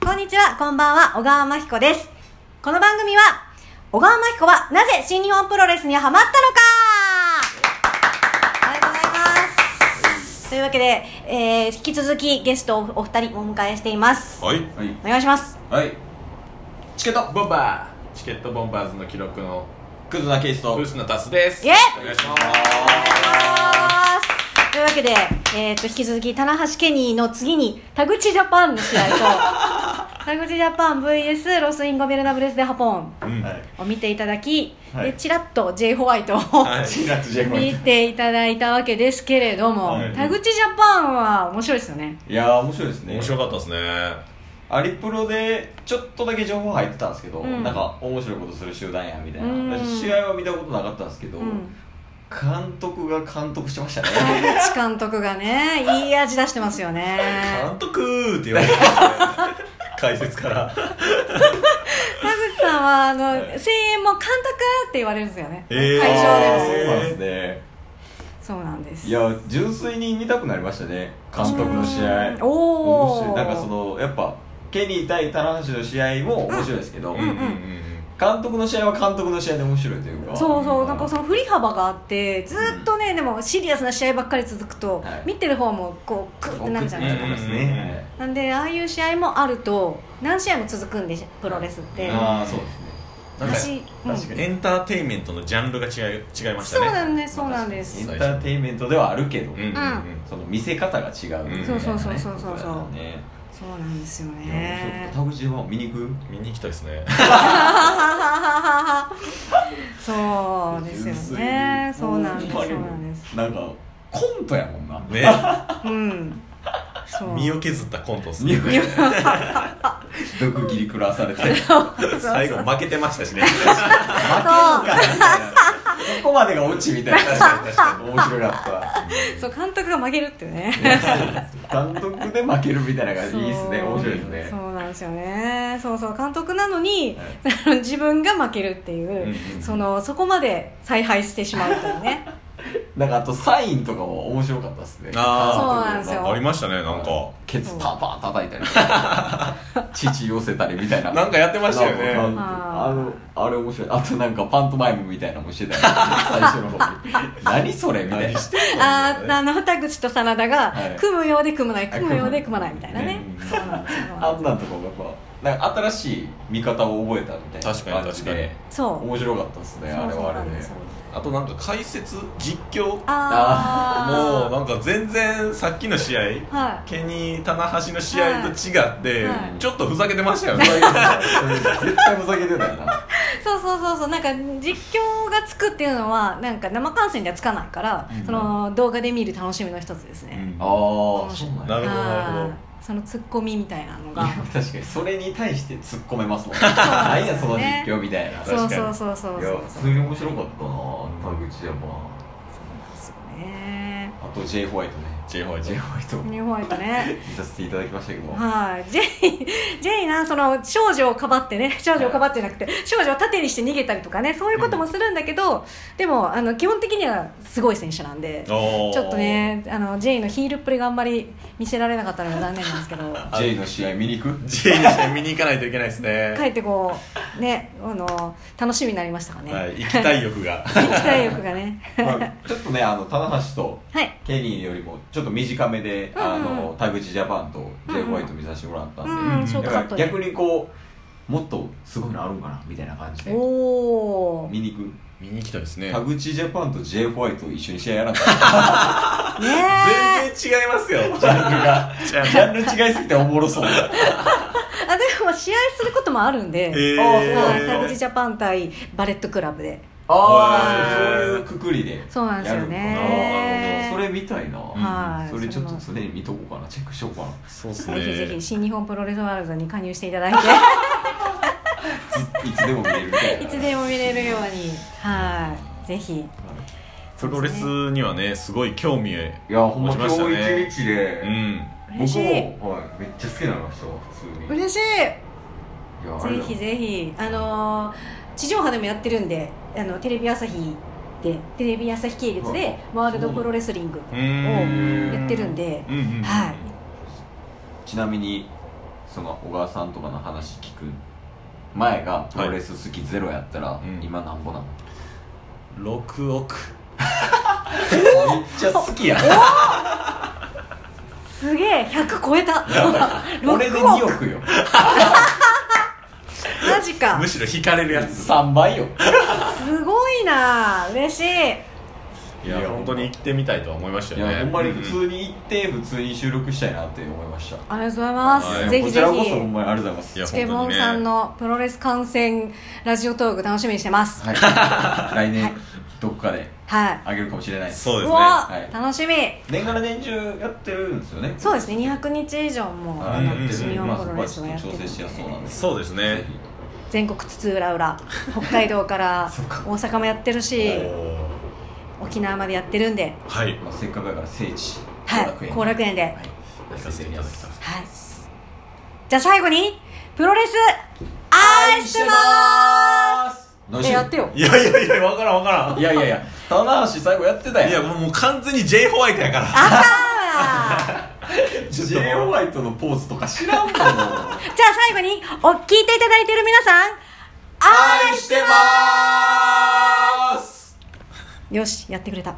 こんにちは、こんばんは、小川真彦です。この番組は、小川真彦はなぜ新日本プロレスにハマったのかありがとうございます。というわけで、えー、引き続きゲストをお二人お迎えしています。はいはいお願いします。はいチケットボンバーチケットボンバーズの記録のクズなケースとブースのタスですイエイお願いしまというわけで、えー、と引き続き棚橋ケニーの次に田口ジャパンの試合 と田口ジャパン VS ロスインゴベルナブレス・デ・ハポンすうんはいを見ていただき、はでいちらっと J ホワイトを、はいチラッとジェイコン見ていただいたわけですけれども、はい田口ジャパンは面白いですよねいやー面白いですね面白かったですねアリプロでちょっとだけ情報入ってたんですけど、うんなんか面白いことする集団やみたいな、うん試合は見たことなかったんですけど、うん監督が監督してましたね田口監督がねいい味出してますよね監督ーって言われてましたね 解説から田口さんはあの、はい声援も監督って言われるんですよね、へー会あー場そうでもなんですねそうなんですいや純粋に見たくなりましたね監督の試うん合おー面白いなんかそのやっぱケニー対棚橋の試合も面白いですけど、うんうんうん監督の試合は監督の試合で面白いというかそうそううんなんかその振り幅があってずっとね、でもシリアスな試合ばっかり続くと、はい見てる方もこうクッてなるじゃないですか、うんですね、なんでああいう試合もあると何試合も続くんでプロレスって、ああそうですねなんか私確かにエンターテインメントのジャンルが違い違いましたそうねなんねですそうなんですエンターテインメントではあるけど、うんうんうんその見せ方が違うみたいなね、そうそうそうそうそうそうことだねそうなんですよいやねちょっと田口は見に行く見に行きたいですね そうですよねそうなんですそうなんですなんかコントや もんな ねうんそう身を削ったコントっす身ねを毒斬り食らわされて負ける最後負けてましたしねかみたいなそこまでがオチみたいな確かに確かに面白かっそう監督が負けるっていうねた単独で負けるみたいなのそうがいいですね面白いですねそうなんですよねそうそう監督なのには、自分が負けるっていう、うんうんそのそこまで采配してしまうというねなんかあとサインとかも面白かったですねあーそうなんですよありましたねなんかケツパンパン叩いたり乳寄せたりみたいななんかやってましたよなんねかああのあれ面白いあとなんかパントマイムみたいなのもしてたよ最初の方に何それみたいなしてんのあーあの田口と真田が、はい組むようで組まないあ組むようで組まないみたいなね組むそうなんですよあんなんとかもやっぱなんか新しい見方を覚えたみたいな確かに感じ確かでにそう面白かったですねそあうれそうはなあれんでですよあとなんか解説実況もうあなんか全然さっきの試合あはケニー・棚橋の試合と違って、はいちょっとふざけてましたよね、絶対ふざけてたよないそうそうそうそうなんか実況がつくっていうのはなんか生観戦ではつかないから、うんその動画で見る楽しみの一つですね、あーそうなんなやるほどなるほはどいそのツッコミみたいなのいがや確かにそれに対して突っ込めますもん何やその実況みたいな確かそにうそうそうそうそういや普通に面白かったな田口山そうねあと J ホワイトね J ホワイト J ホワイトニューホワイトね見させていただきましたけどはいジェイジェイなその少女をかばってね少女をかばってじゃなくて少女を盾にして逃げたりとかねそういうこともするんだけど、でもあの基本的にはすごい選手なんでちおーょっとねあのジェイのヒールっぷりがあんまり見せられなかったのが残念なんですけど J の試合見に行く J の試合見に行かないといけないで帰すね、ってこうねあの楽しみになりましたかね、はい、行きたい欲が行きたい欲がねまあちょっとねあの棚橋とはいケニーよりもちょっと短めで、うんうんあの田口ジャパンと J ホワイト見させてもらったんで、うんんショートカだッかトでら逆にこうもっとすごいのあるんかなみたいな感じおでおね見に行く 見に行きたいですね田口ジャパンと J ホワイト一緒に試合やらないえ全然違います よジャンルがじゃジャンル違いすぎておもろそうだあでも試合することもあるんで、えーはい田口ジャパン対バレットクラブで、あへあーそういうくくりでそうなんですよねやるのかなあーなるほどそれ見たいな、んはいそれちょっとの常に見とこうかなチェックしようかなそうですぜひぜひね新日本プロレスワールドに加入していただいてい つでも見れるみたいないつでも見れるようにはいぜひプロレスにはねすごい興味へいやほんま持ちました今日ね一日で、うん嬉しい僕も、はい、めっちゃ好きになりましたわ普通に嬉しいいやあれぜだひぜひあのー地上波でもやってるんであのテレビ朝日でテレビ朝日系列でワールドプロレスリングうをーんやってるんでうんうんはいちなみにその小川さんとかの話聞く前がプロレス好きゼロやったら、うん今なんぼなの、 6億めっちゃ好きやんすげえ100超えた 6俺で2億よマジかむしろ引かれるやつ3倍よすごいな嬉しいいや本当に行ってみたいとは思いましたいよねやほんまにう普通に行って普通に収録したいなって思いましたありがとうございまはすいぜひこぜちらこそほひんまにありがとうございますいやチケモンさんのプロレス観戦ラジオトーク楽しみにしてますはい、 はい来年どっかであげるかもしれないですそうですうねわ、はい楽しみ年がら年中やってるんですよねそうですね200日以上もはあいのやって新日る本まあプそロこはレスちをょやっってとる調整しやすそうなんでそうですぜね全国津々浦々北海道からそっか大阪もやってるし沖縄までやってるんではいひまあせっかくだから聖地はい後後楽園で、はい行かせていただきますはい。じゃあ最後に、プロレス、愛してまーすえ、やってよ。いやいやいや分からん分からんいやいやいや棚橋最後やってたいややんもうもう完全に J ホワイトやからあ はーちょっ J とホもうワイトのポーズとか知らん もんじゃあ最後に、お聞いていただいている皆さん、愛してままーすよし、やってくれた。